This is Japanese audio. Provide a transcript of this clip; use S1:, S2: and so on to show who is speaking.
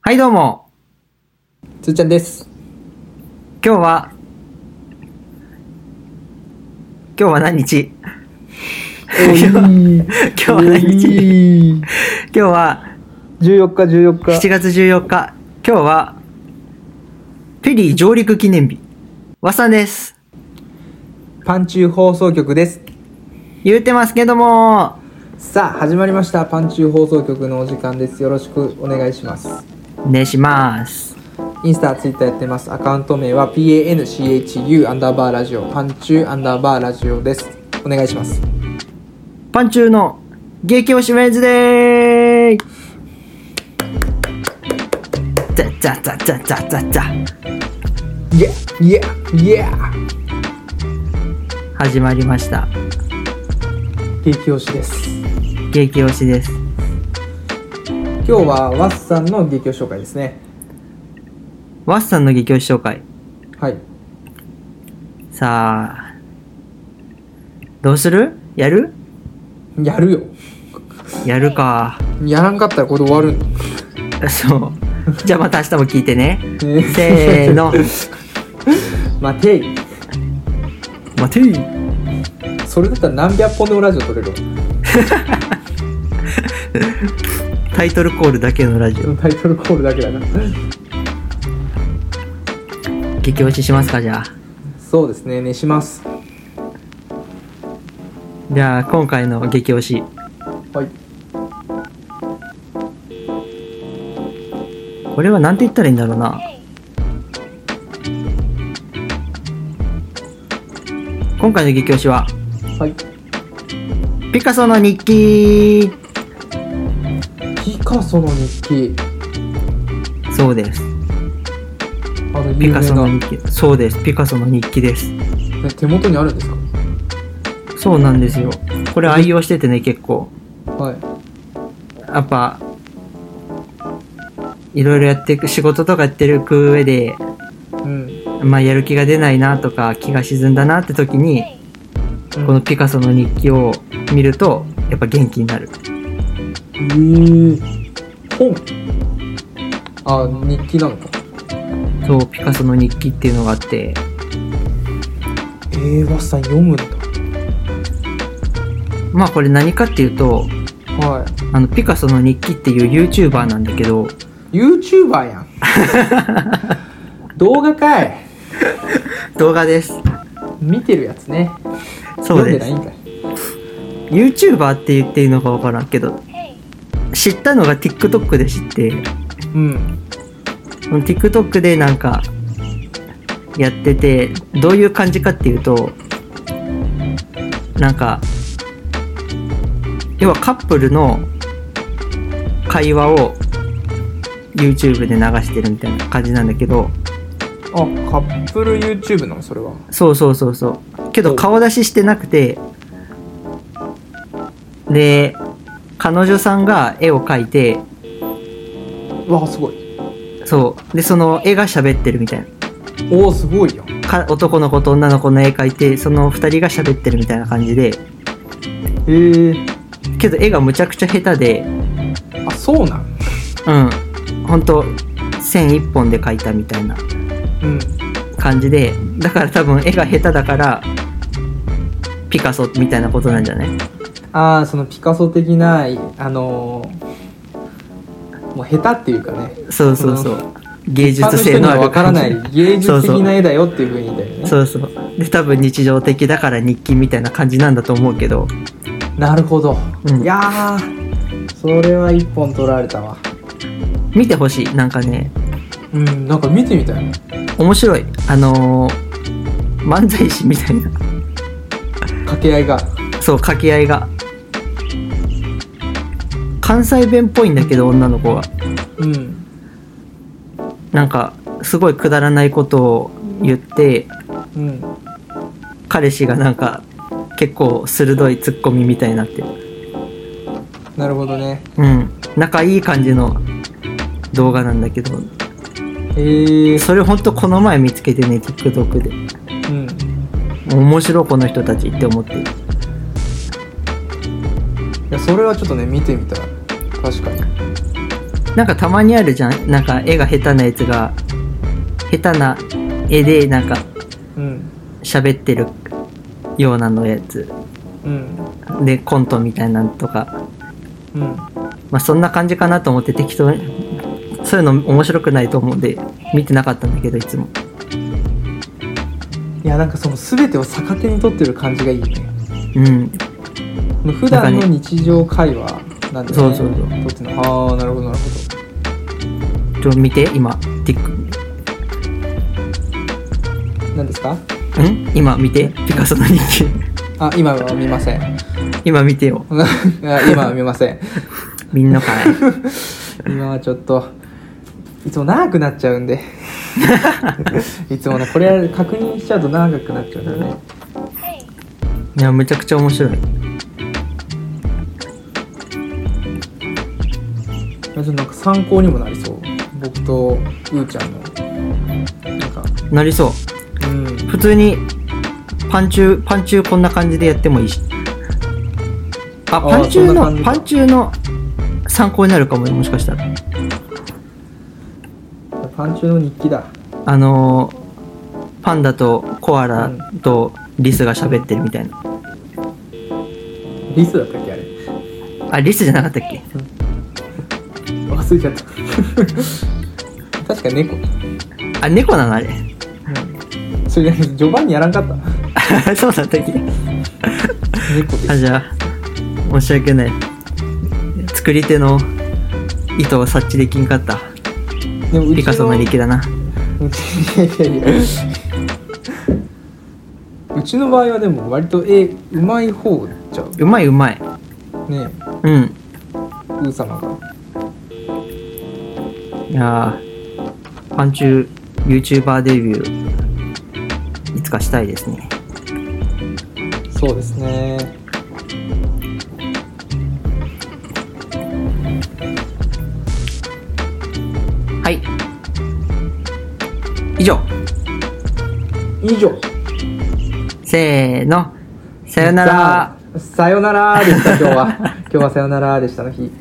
S1: はいどうも
S2: つーちゃんです。
S1: 今日は今日は何日
S2: 今日
S1: 今日は何日今日は
S2: 14日、14
S1: 7
S2: 日。
S1: 月14日今日はフェリー上陸記念日和さんです
S2: パンチュー放送局です。
S1: 言うてますけども
S2: さあ、始まりました。パンチュー放送局のお時間です。よろしくお願いします。
S1: お願いします
S2: インスタ、ツイッターやってます。アカウント名は PANCHU アンダーバーラジオ、パンチューアンダーバーラジオです。お願いします。
S1: パンチューの激推しメンズデーザッザッザッザッザッザッザ
S2: イエイエイエ
S1: 始まりました
S2: 激推しです。
S1: 激推しです
S2: 今日はワッサンの激推し紹介ですね。
S1: 和さんの激推し紹介
S2: はい。
S1: さあ、どうするやる
S2: やるよ。
S1: やるか。
S2: やらんかったらこれ終わる。
S1: そう。じゃあまた明日も聞いてね。
S2: ね
S1: せーの。
S2: 待てい。
S1: 待てい
S2: それだったら何百本でもラジオ撮れるわ
S1: タイトルコールだけのラジオ。
S2: タイトルコールだけだな
S1: 激推ししますか、じゃあ。
S2: そうですねねします
S1: じゃあ、今回の激推し。
S2: はい
S1: これはなんて言ったらいいんだろうな。今回の激推しは、
S2: はい
S1: ピカソの日記
S2: ピカソの日記
S1: そうです。
S2: あの
S1: ピ
S2: 有名
S1: カソ
S2: な、
S1: の
S2: ね、
S1: 日記。そうです。ピカソの日記です。
S2: 手元にあるんですか
S1: そうなんですよ。これ愛用しててね、結構。
S2: は
S1: やっぱ、いろいろやっていく、仕事とかやってる上で、
S2: いうん
S1: まあやる気が出ないなとか、気が沈んだなって時に、このピカソの日記を見ると、やっぱ元気になる。
S2: えー、本あ日記なのか
S1: そう、ピカソの日記っていうのがあって、
S2: えー、ワッサン読むんだ
S1: まあこれ何かっていうと、
S2: は
S1: あの、ピカソの日記っていう YouTuber なんだけど、
S2: い YouTuber やん動画かい
S1: 動画です。
S2: 見てるやつね
S1: そう
S2: 読
S1: で
S2: んでな
S1: す
S2: い。んかい
S1: YouTuber って言っていいのかわからんけど、知ったのが TikTok で知って、
S2: うん
S1: その TikTok でなんかやっててどういう感じかっていうとなんか要はカップルの会話を YouTube で流してるみたいな感じなんだけど
S2: あカップル YouTube なのそれは
S1: そうそうそうそうけど顔出ししてなくてで彼女さんが絵を描いて
S2: わあすごい
S1: そうでその絵が喋ってるみたいな
S2: おおすごいやん
S1: か男の子と女の子の絵描いてその2人が喋ってるみたいな感じで
S2: えー、
S1: けど絵がむちゃくちゃ下手で
S2: あそうなん
S1: うんほんと線一本で描いたみたいな
S2: うん
S1: 感じでだから多分絵が下手だからピカソみたいなことなんじゃない
S2: ああそのピカソ的なあのーもう下手っていうかね
S1: そうそうそ
S2: そう
S1: 芸術性のある
S2: わから
S1: 感じ
S2: ない芸術的な絵だよっていうふうに言いたいよね
S1: そうそうで多分日常的だから日記みたいな感じなんだと思うけど
S2: なるほど、
S1: うん
S2: いやーそれは一本取られたわ
S1: 見てほしいなんかね
S2: うんなんか見てみたいな
S1: 面白いあのー漫才師みたいな
S2: 掛け合いが
S1: そう掛け合いが関西弁っぽいんだけど女の子は
S2: うん
S1: なんかすごいくだらないことを言って
S2: うん
S1: 彼氏がなんか結構鋭いツッコミみたいになって
S2: なるほどね
S1: うん仲いい感じの動画なんだけど
S2: えー、
S1: それほんとこの前見つけてね TikTok で
S2: うん
S1: 面白いこの人たちって思って
S2: いやそれはちょっとね見てみたい確かに
S1: なんかたまにあるじゃんなんか絵が下手なやつが下手な絵でなんか
S2: うん
S1: 喋ってるようなのやつ
S2: うん
S1: でコントみたいなのとか
S2: うん
S1: まあそんな感じかなと思って適当にそういうの面白くないと思うんで見てなかったんだけどいつも
S2: いやなんかその全てを逆手に取ってる感じがいいよね
S1: うん
S2: この普段の日常会話なんで、ね、
S1: そうそうそう
S2: 取ってんのああなるほどなるほど
S1: ちょ見て今ティッ
S2: 何ですか
S1: クん今見てピカソの日記
S2: あ今は見ません い
S1: 今見てよ
S2: や今は見ません
S1: みんなかい
S2: 今はちょっといつも長くなっちゃう んでいつもねこれ確認しちゃうと長くなっちゃうんだよね
S1: いやめちゃくちゃ面白い
S2: ちょっとなんか参考にもなりそう僕とうーちゃんのなんか
S1: なりそう
S2: うん
S1: 普通にパンチューパンチューこんな感じでやってもいいしあ
S2: あー
S1: パンチュー
S2: そ
S1: の
S2: んな感じか
S1: パンチューの参考になるかももしかしたら
S2: パンチュの日記だ
S1: あのーパンダとコアラとリスが喋ってるみたいな
S2: リスだったっけあれ
S1: あリスじゃなかったっけ
S2: 忘れちゃった確か猫、
S1: あ猫なのあれ
S2: それ序盤にやらんかった猫
S1: そうだったっけ
S2: で
S1: あじゃあ申し訳ない作り手の意図を察知できんかった
S2: でもうち
S1: ピカソの力だな
S2: うちいやいやいやうちの場合はでも割と絵うまい方ちゃう
S1: うまいうまい
S2: ね
S1: うん
S2: うー様が
S1: いやー、パンチュー YouTuber デビュー、いつかしたいですね。
S2: そうですね
S1: はい。以上。
S2: 以上
S1: せーの。さよなら。
S2: さよならでした今日は今日はさよならでしたの日